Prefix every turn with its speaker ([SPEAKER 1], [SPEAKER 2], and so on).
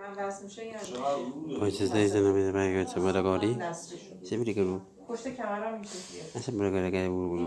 [SPEAKER 1] هم دست میشه یا
[SPEAKER 2] Poi ci stai se non mi dai mai che c'è Maragori?
[SPEAKER 1] دستشون
[SPEAKER 2] Sembri che lui.
[SPEAKER 1] پشت کمرم میشه
[SPEAKER 2] Ma sembra che la gara è un